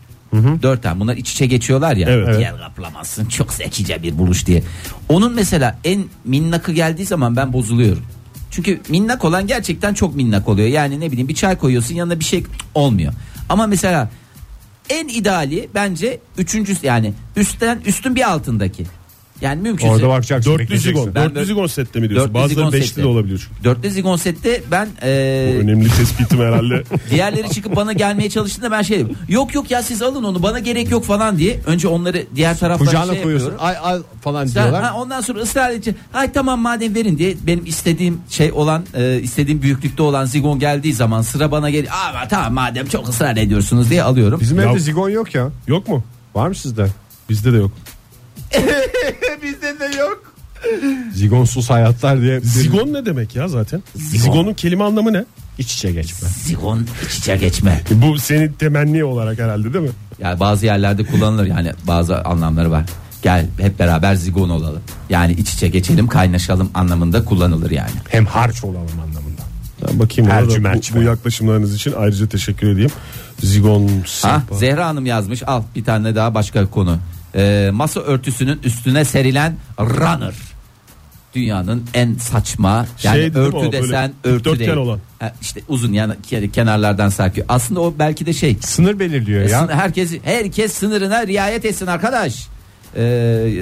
S1: Dört tane bunlar iç içe geçiyorlar ya.
S3: Evet, evet.
S1: Yer kaplamazsın çok zekice bir buluş diye. Onun mesela en minnakı geldiği zaman ben bozuluyorum. Çünkü minnak olan gerçekten çok minnak oluyor. Yani ne bileyim bir çay koyuyorsun yanına bir şey olmuyor. Ama mesela en ideali bence üçüncü yani üstten üstün bir altındaki. Yani mümkünse.
S2: Orada bakacaksın.
S3: Dörtlü
S2: bekleyeceksin.
S3: zigon.
S1: Ben
S3: Dörtlü
S1: böyle-
S3: zigon sette mi diyorsun?
S1: Dörtlü zigon
S3: Bazıları beşli
S1: sette.
S3: de olabiliyor çünkü.
S1: Dörtlü zigon sette ben eee,
S3: Önemli tespitim herhalde.
S1: Diğerleri çıkıp bana gelmeye çalıştığında ben şey dedim. Yok yok ya siz alın onu bana gerek yok falan diye. Önce onları diğer taraftan
S2: Kucağına
S1: şey
S2: koyuyorsun.
S1: yapıyorum.
S2: Ay al falan
S1: Sen-
S2: diyorlar.
S1: ha, ondan sonra ısrar edici ay tamam madem verin diye benim istediğim şey olan e, istediğim büyüklükte olan zigon geldiği zaman sıra bana geliyor. Aa tamam madem çok ısrar ediyorsunuz diye alıyorum.
S2: Bizim
S3: Ya-
S2: evde zigon yok ya.
S3: Yok mu?
S2: Var mı sizde?
S3: Bizde de yok.
S1: Bizde de yok.
S2: Zigonsuz hayatlar diye bir
S3: Zigon ne demek ya zaten? Zigon'un kelime anlamı ne?
S2: iç içe geçme.
S1: Zigon iç içe geçme.
S3: E, Bu senin temenni olarak herhalde değil mi?
S1: Yani bazı yerlerde kullanılır yani bazı anlamları var. Gel hep beraber zigon olalım. Yani iç içe geçelim kaynaşalım anlamında kullanılır yani.
S2: Hem harç olalım anlamında.
S3: Ben bakayım
S2: Her
S3: ona da
S2: cümerci
S3: bu, bu
S2: be.
S3: yaklaşımlarınız için ayrıca teşekkür edeyim. Zigon
S1: Ha,
S3: sehpa.
S1: Zehra Hanım yazmış al bir tane daha başka konu. Ee, masa örtüsünün üstüne serilen runner. Dünyanın en saçma yani
S3: Şey değil mi o,
S1: örtü
S3: böyle
S1: desen örtü
S3: dikdörtgen
S1: değil.
S3: olan.
S1: Ha, işte uzun yani ke- kenarlardan sarkıyor. Aslında o belki de şey.
S2: Sınır belirliyor
S3: E,
S2: ya.
S1: sın- Herkes herkes sınırına riayet etsin arkadaş. Ee,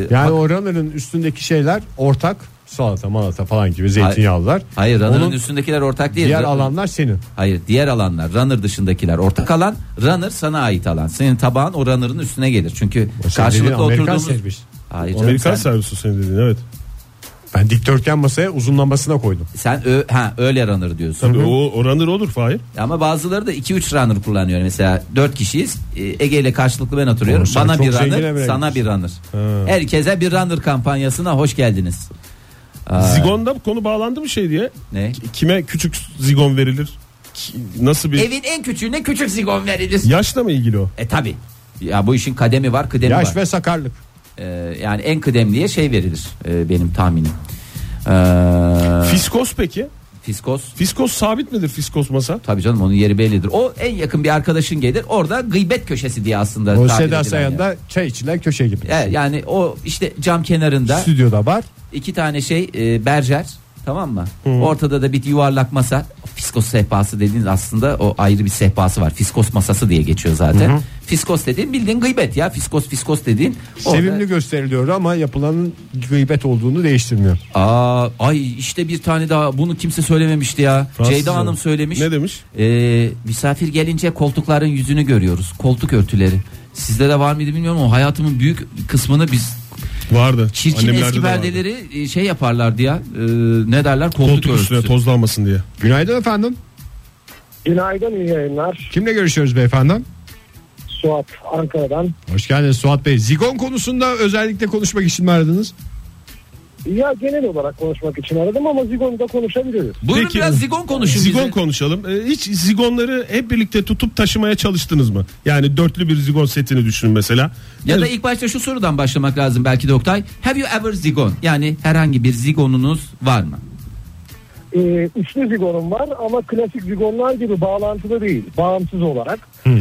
S2: Yani o runner'ın üstündeki şeyler ortak salata malata falan gibi zeytinyağlılar.
S1: hayır runner'ın
S2: Onun
S1: üstündekiler ortak değil.
S2: diğer
S1: Ra-
S2: alanlar senin.
S1: Hayır diğer alanlar runner dışındakiler ortak alan runner sana ait alan. Senin tabağın o runner'ın üstüne gelir. Çünkü
S2: O senin
S1: karşılıklı
S2: dediğin Amerikan
S1: oturduğumuz...
S2: servis.
S1: Hayır canım,
S3: Amerikan
S1: sen-
S3: servisi senin dediğin evet.
S2: Ben dikdörtgen masaya uzunlamasına koydum.
S1: Sen ö, ha, öyle runner diyorsun. E,
S3: Tabii o, o runner olur Fahir.
S1: Ama bazıları da 2-3 runner kullanıyor. Mesela 4 kişiyiz. Ee, Ege ile karşılıklı ben oturuyorum.
S2: Oğlum sen
S1: Bana
S2: çok
S1: bir
S2: zengin
S1: runner,
S2: evine
S1: sana bir runner. Herkese bir runner kampanyasına hoş geldiniz. Aa,
S3: Zigon'da bu konu bağlandı mı şey diye?
S1: Ne?
S3: Ki- Kime küçük zigon verilir? Ki- Nasıl bir...
S1: Evin en küçüğüne küçük zigon verilir.
S3: Yaşla mı ilgili o?
S1: E tabi. Ya bu işin kademi var, kıdemi
S2: Yaş
S1: var.
S2: ve sakarlık.
S1: Ee, yani en kıdemliye şey verilir e, benim tahminim. Ee,
S3: Fiskos peki?
S1: fiskos.
S3: Fiskos sabit midir fiskos masa?
S1: Tabii canım onun yeri bellidir. O en yakın bir arkadaşın gelir. Orada gıybet köşesi diye aslında.
S2: O
S1: tabir edilen E,
S2: Seda
S1: yer.
S2: Sayan'da çay içilen köşe gibi.
S1: Evet, yani o işte cam kenarında
S2: Stüdyoda var.
S1: iki tane şey e, berjer Tamam mı? Ortada da bir yuvarlak masa. Fiskos sehpası dediğiniz aslında o ayrı bir sehpası var. Fiskos masası diye geçiyor zaten. Fiskos dediğin bildiğin gıybet ya. Fiskos fiskos dediğin. orada-
S2: Sevimli gösteriliyor ama yapılanın gıybet olduğunu değiştirmiyor.
S1: Aa, ay işte bir tane daha bunu kimse söylememişti ya.
S3: Fransız
S1: Ceyda
S3: mı?
S1: Hanım söylemiş.
S3: Ne demiş?
S1: Ee, misafir gelince koltukların yüzünü görüyoruz. Koltuk örtüleri. Sizde de var mıydı bilmiyorum ama hayatımın büyük kısmını biz
S3: Vardı.
S1: çirkin
S3: Annemlerde de
S1: eski
S3: vardı.
S1: perdeleri e, şey yaparlardı ya. Ee, ne derler? Koltuk,
S3: Koltuk
S1: örtüsü.
S3: üstüne tozlanmasın diye.
S2: Günaydın efendim.
S6: Günaydın iyi yayınlar.
S2: Kimle görüşüyoruz beyefendi?
S6: Suat Ankara'dan.
S2: Hoş geldiniz Suat Bey. Zigon konusunda özellikle konuşmak için mi aradınız?
S6: Ya genel olarak konuşmak için aradım ama Zigon'u da konuşabiliriz.
S1: Buyurun
S3: Peki.
S1: biraz zigon konuşun
S3: Zigon
S1: bize.
S3: konuşalım. Ee, Hiç zigonları hep birlikte tutup taşımaya çalıştınız mı? Yani dörtlü bir zigon setini düşünün mesela.
S1: ya da
S3: Yani
S1: ilk başta şu sorudan başlamak lazım belki de Oktay. Have you ever zigon? Yani herhangi bir zigonunuz var mı?
S6: Ee, üçlü Zigon'um var ama klasik Zigon'lar gibi bağlantılı değil. Bağımsız olarak.
S3: Hmm.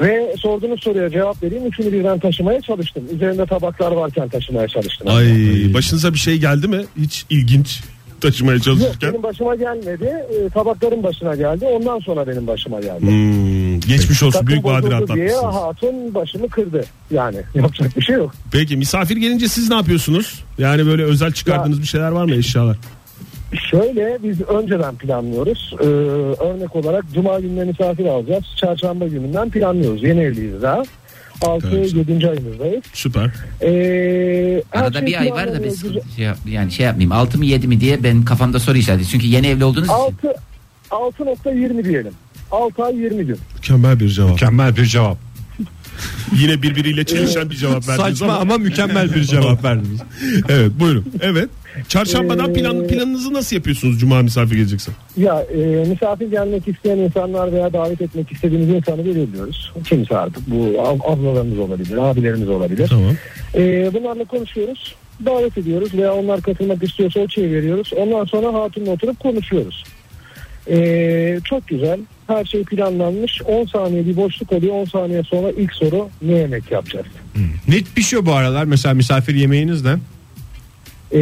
S6: Ve sorduğunuz soruya cevap vereyim. Üçünü birden taşımaya çalıştım. Üzerinde tabaklar varken taşımaya çalıştım.
S3: Ay başınıza bir şey geldi mi? Hiç ilginç taşımaya
S6: Yok
S3: çalışırken.
S6: benim başıma gelmedi. Ee, tabakların başına geldi. Ondan sonra benim başıma geldi.
S3: Hmm, geçmiş olsun
S6: Takım
S3: büyük badire
S6: bozuldu diye
S3: atlatmışsınız.
S6: hatun başımı kırdı. Yani yapacak bir şey yok.
S3: Peki misafir gelince siz ne yapıyorsunuz? Yani böyle özel çıkardığınız bir şeyler var mı eşyalar?
S6: Şöyle biz önceden planlıyoruz. Ee, örnek olarak cuma gününe misafir alacağız. Çarşamba gününden planlıyoruz. Yeni evliyiz daha. 6
S3: Evet.
S6: 7. ayımızdayız.
S3: Süper.
S6: Ee, her
S1: Arada
S6: şey
S1: bir ay var da
S6: planlanıyor.
S1: ben sıkıntı- şey yap- yani şey yapmayayım. 6 mı 7 mi diye ben kafamda soru işareti. Çünkü yeni evli olduğunuz için.
S6: Altı- 6.20 diyelim. 6 ay 20 gün.
S3: Mükemmel bir cevap.
S2: Mükemmel bir cevap.
S3: Yine birbiriyle çelişen bir cevap verdiniz
S2: Saçma
S3: ama.
S2: ama mükemmel bir cevap verdiniz.
S3: Evet buyurun. Evet. Çarşambadan
S6: Ee,
S3: plan, planınızı nasıl yapıyorsunuz cuma misafir gelecekse?
S6: Ya e, misafir gelmek isteyen insanlar veya davet etmek istediğimiz insanı belirliyoruz. Kimse artık bu ab- ablalarımız olabilir, abilerimiz olabilir.
S3: Tamam.
S6: Ee, bunlarla konuşuyoruz. Davet ediyoruz veya onlar katılmak istiyorsa o şeyi veriyoruz. Ondan sonra hatunla oturup konuşuyoruz. Ee, çok güzel. Her şey planlanmış. 10 saniye bir boşluk oluyor. 10 saniye sonra ilk soru ne yemek yapacağız?
S2: Ne pişiyor şey bu aralar mesela misafir yemeğiniz ne?
S6: Ee,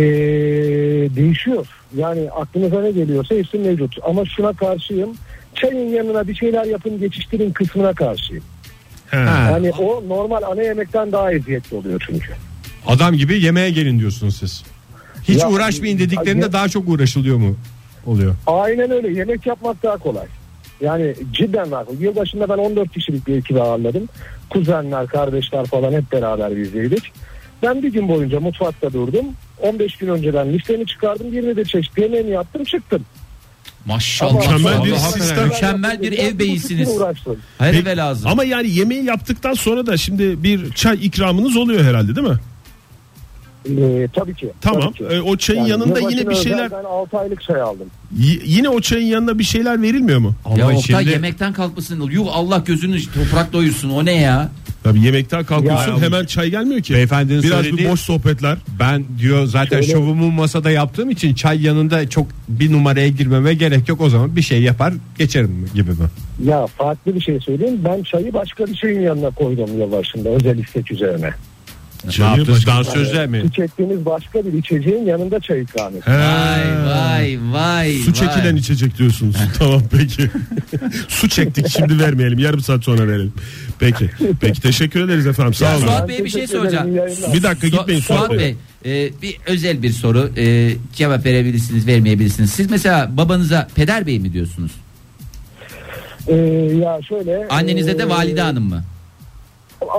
S6: değişiyor. Yani aklınıza ne geliyorsa hepsi mevcut. Ama şuna karşıyım. Çayın yanına bir şeyler yapın geçiştirin kısmına karşıyım.
S2: Ha,
S6: Yani o normal ana yemekten daha eziyetli oluyor çünkü.
S2: adam gibi yemeğe gelin diyorsunuz siz. Hiç
S6: Ya-
S2: uğraşmayın dediklerinde
S6: Ya-
S2: daha çok uğraşılıyor mu? Oluyor.
S6: Aynen öyle. Yemek yapmak daha kolay. Yani cidden var. Yılbaşında ben 14 kişilik bir ekibi ağırladım. Kuzenler, kardeşler falan hep beraber bizdeydik. Ben bir gün boyunca mutfakta durdum. 15 gün önceden listemi çıkardım. 21 çeşit yemeğini yaptım çıktım.
S1: Maşallah.
S3: Mükemmel bir
S1: Vallahi
S3: sistem.
S1: Mükemmel bir ev beyisiniz.
S6: Uğraştım.
S1: Her
S3: Peki,
S1: eve lazım.
S3: Ama yani yemeği yaptıktan sonra da şimdi bir çay ikramınız oluyor herhalde değil mi?
S6: Ee, tabii ki.
S3: Tamam.
S6: tabii ki.
S3: Ee, o çayın
S6: Yani
S3: yanında yine
S6: yılbaşına
S3: bir şeyler
S6: özel Ben 6 aylık çay aldım.
S3: y- yine o çayın yanında bir şeyler verilmiyor mu?
S1: ya
S2: Ama
S1: Oktay
S2: şimdi-
S1: yemekten kalkmışsın. Yuh Allah gözünü toprak doyursun. O ne ya?
S3: Tabii yemekten kalkıyorsun
S2: Ya-
S3: hemen çay gelmiyor ki.
S2: Beyefendinin
S3: Biraz
S2: söylediği-
S3: bir boş sohbetler.
S2: Ben diyor zaten
S6: Şöyle-
S2: şovumu masada yaptığım için çay yanında çok bir numaraya girmeme gerek yok. O zaman bir şey yapar geçerim gibi mi?
S6: Ya farklı bir şey söyleyeyim. Ben çayı başka bir şeyin yanına koydum yılbaşında. Özel istek üzerine.
S2: Ne yaptınız
S3: başka-
S2: dansözler mi?
S6: Tükettiğiniz başka bir içeceğin yanında çay ikram ettim.
S3: He.
S1: Vay vay vay.
S3: Su çekilen
S1: vay.
S3: içecek diyorsunuz. tamam peki. Su çektik şimdi vermeyelim. Yarım saat sonra verelim. Peki. Peki teşekkür ederiz efendim. Sağ olun.
S1: Suat Bey'e bir şey
S6: Teşekkür ederim,
S1: soracağım.
S6: iyi yayınlar.
S3: Bir dakika
S1: Su-
S3: gitmeyin Suat, Bey.
S1: e, bir özel bir soru. E, cevap verebilirsiniz, vermeyebilirsiniz. Siz mesela babanıza peder bey mi diyorsunuz?
S6: Ee, ya şöyle.
S1: Annenize
S6: ee,
S1: de valide hanım mı?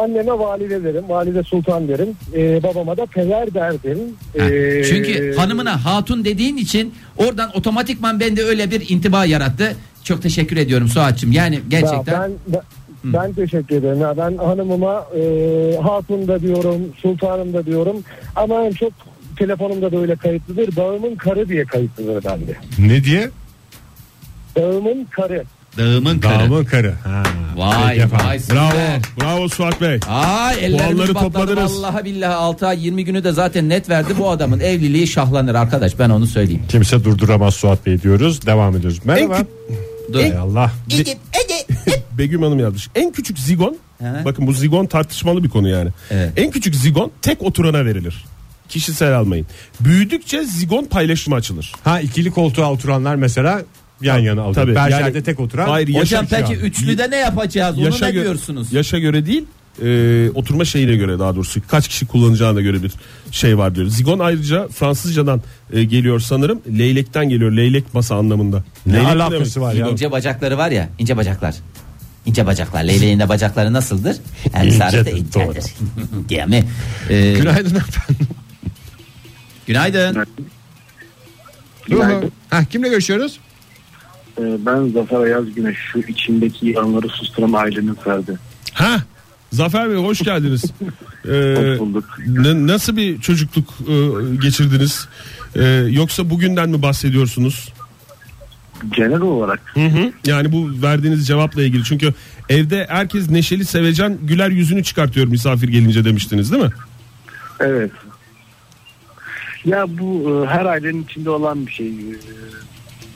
S6: Anneme valide derim. Valide sultan derim. Ee, babama da pezer derdim.
S1: Ha,
S6: Ee,
S1: Çünkü hanımına hatun dediğin için oradan otomatikman bende öyle bir intiba yarattı. Çok teşekkür ediyorum Suat'cığım. Yani
S6: ya
S1: gerçekten
S6: ben, ben, ben teşekkür ederim. Ya ben hanımıma ee, hatun da diyorum, sultanım da diyorum. Ama en çok telefonumda da öyle kayıtlıdır. Bağımın karı diye kayıtlıdır bende.
S2: Ne diye?
S6: Bağımın karı.
S1: dağımın karı.
S2: Dağımın karı. Ha.
S1: Vay
S2: Peki efendim.
S1: vay
S3: Bravo.
S1: süper.
S3: Bravo Suat Bey.
S1: Aa,
S3: Puanları
S1: ellerimizi patladı
S3: topladınız.
S1: vallahi billahi 6 ay 20 günü de zaten net verdi bu adamın evliliği şahlanır arkadaş ben onu söyleyeyim.
S2: Kimse durduramaz Suat Bey diyoruz. Devam ediyoruz. Merhaba.
S1: Dur.
S2: Ey Allah.
S3: Begüm Hanım yazmış. En küçük zigon.
S1: He.
S3: Bakın bu zigon tartışmalı bir konu yani.
S1: Evet.
S3: En küçük zigon tek oturana verilir. Kişisel almayın. Büyüdükçe zigon paylaşımı açılır.
S2: Ha ikili koltuğa oturanlar mesela yan yana alıyor.
S3: Tabii,
S2: Berjer'de
S3: yani-
S2: tek oturan. şey
S3: Hayır,
S1: Hocam
S3: yaşa-
S1: peki üçlüde ne yapacağız? Onu ne
S3: gö-
S1: diyorsunuz?
S3: Yaşa göre değil e, oturma şeyine göre daha doğrusu kaç kişi kullanacağına göre bir şey var diyor. Zigon ayrıca Fransızcadan e, geliyor sanırım. Leylekten geliyor. Leylek masa anlamında.
S2: Ne
S3: Leylek
S2: alakası
S3: demek?
S2: var ya?
S3: Zigon.
S1: İnce bacakları var ya ince bacaklar. İnce bacaklar. Leyleğin de bacakları nasıldır? Ensarı da
S2: İncedir,
S1: incedir. Değil mi? Ee,
S2: Günaydın efendim.
S1: günaydın.
S2: Ruhu. Hah, kimle görüşüyoruz?
S6: Ee, Ben Zafer Ayaz Güneş şu içimdeki yılanları susturan ailenin ferdi.
S3: Ha Zafer Bey hoş geldiniz. Ee,
S6: Hoş bulduk.
S3: n- nasıl bir çocukluk e, geçirdiniz? Ee, yoksa bugünden mi bahsediyorsunuz?
S6: Genel olarak
S3: Hı hı. Yani bu verdiğiniz cevapla ilgili. Çünkü evde herkes neşeli sevecen güler yüzünü çıkartıyor misafir gelince demiştiniz değil mi?
S6: evet. Ya bu e, her ailenin içinde olan bir şey. E,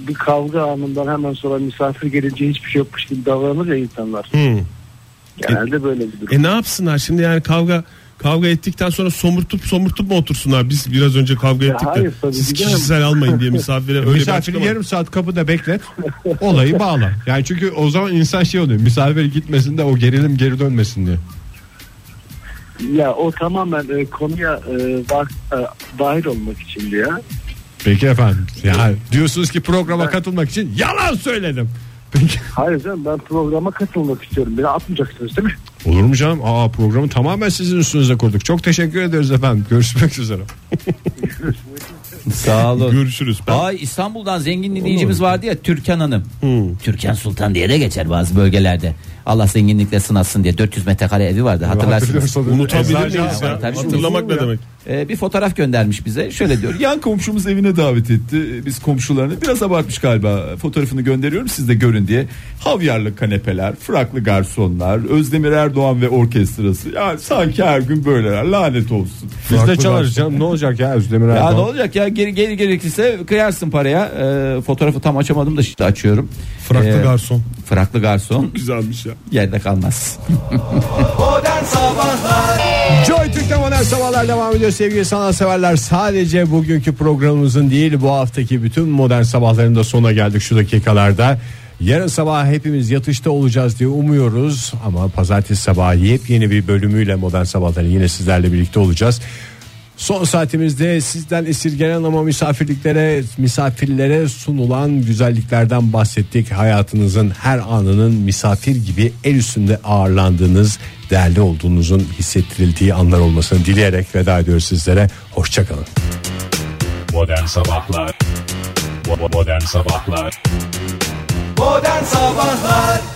S6: Bir kavga anından hemen sonra misafir gelince hiçbir şey yokmuş gibi davranır ya insanlar.
S3: Hı.
S6: Genelde böyle bir durum.
S3: E ne yapsınlar şimdi yani kavga kavga ettikten sonra somurtup somurtup mu otursunlar? Biz biraz önce kavga ettik de
S6: hayır tabii
S3: siz
S6: ki canım.
S3: kişisel almayın diye misafire öyle bir
S2: Misafiri
S3: açıklama.
S2: yarım saat kapıda beklet. Olayı bağla. Yani çünkü o zaman insan şey oluyor. Misafir gitmesin de o gerilim geri dönmesin diye.
S6: Ya o tamamen e, konuya e, bak, e, dahil olmak içindi ya.
S2: Peki efendim. Yani diyorsunuz ki programa katılmak için yalan söyledim. Peki.
S6: Hayır canım ben programa katılmak istiyorum. Beni atmayacaksınız değil mi?
S2: Olur mu canım? Aa programı tamamen sizin üstünüze kurduk. Çok teşekkür ediyoruz efendim. Görüşmek üzere.
S1: Sağ olun.
S3: Görüşürüz. Ben
S1: Ay İstanbul'dan zengin dinleyicimiz vardı ya Türkan Hanım. Türkan Sultan diye de geçer bazı bölgelerde. Allah zenginlikle sınasın diye 400 metrekare evi vardı hatırlarsınız.
S3: unutabilir
S2: Eczacı
S3: miyiz
S2: abi.
S3: ya?
S1: Tabii canım.
S3: Hatırlamak ne demek?
S1: Ee, bir fotoğraf göndermiş bize. Şöyle diyor.
S7: Yan komşumuz evine davet etti. Biz komşularını biraz abartmış galiba. Fotoğrafını gönderiyorum siz de görün diye. Havyarlı kanepeler, fraklı garsonlar, Özdemir Erdoğan ve orkestrası. Yani sanki her gün böyleler. Lanet olsun.
S2: Biz de çalarız canım. Ne olacak ya Özdemir
S1: Ya ne
S2: Erdoğan?
S1: olacak ya geri geri gerekirse kıyarsın paraya. Ee, fotoğrafı tam açamadım da şimdi açıyorum.
S3: Fraklı
S1: Ee,
S3: garson.
S1: Fraklı garson
S3: Güzelmiş ya.
S1: yerde kalmaz.
S2: Joy Türk'te modern sabahlar devam ediyor sevgili sanatseverler. Sadece bugünkü programımızın değil bu haftaki bütün modern sabahların da sona geldik şu dakikalarda. Yarın sabah hepimiz yatışta olacağız diye umuyoruz ama pazartesi sabahı yepyeni bir bölümüyle modern sabahları yine sizlerle birlikte olacağız. Son saatimizde sizden esirgenen ama misafirliklere misafirlere sunulan güzelliklerden bahsettik. Hayatınızın her anının misafir gibi el üstünde ağırlandığınız, değerli olduğunuzun hissettirildiği anlar olmasını dileyerek veda ediyoruz sizlere. Hoşçakalın.
S8: Modern Sabahlar Bo- Modern Sabahlar
S9: Modern Sabahlar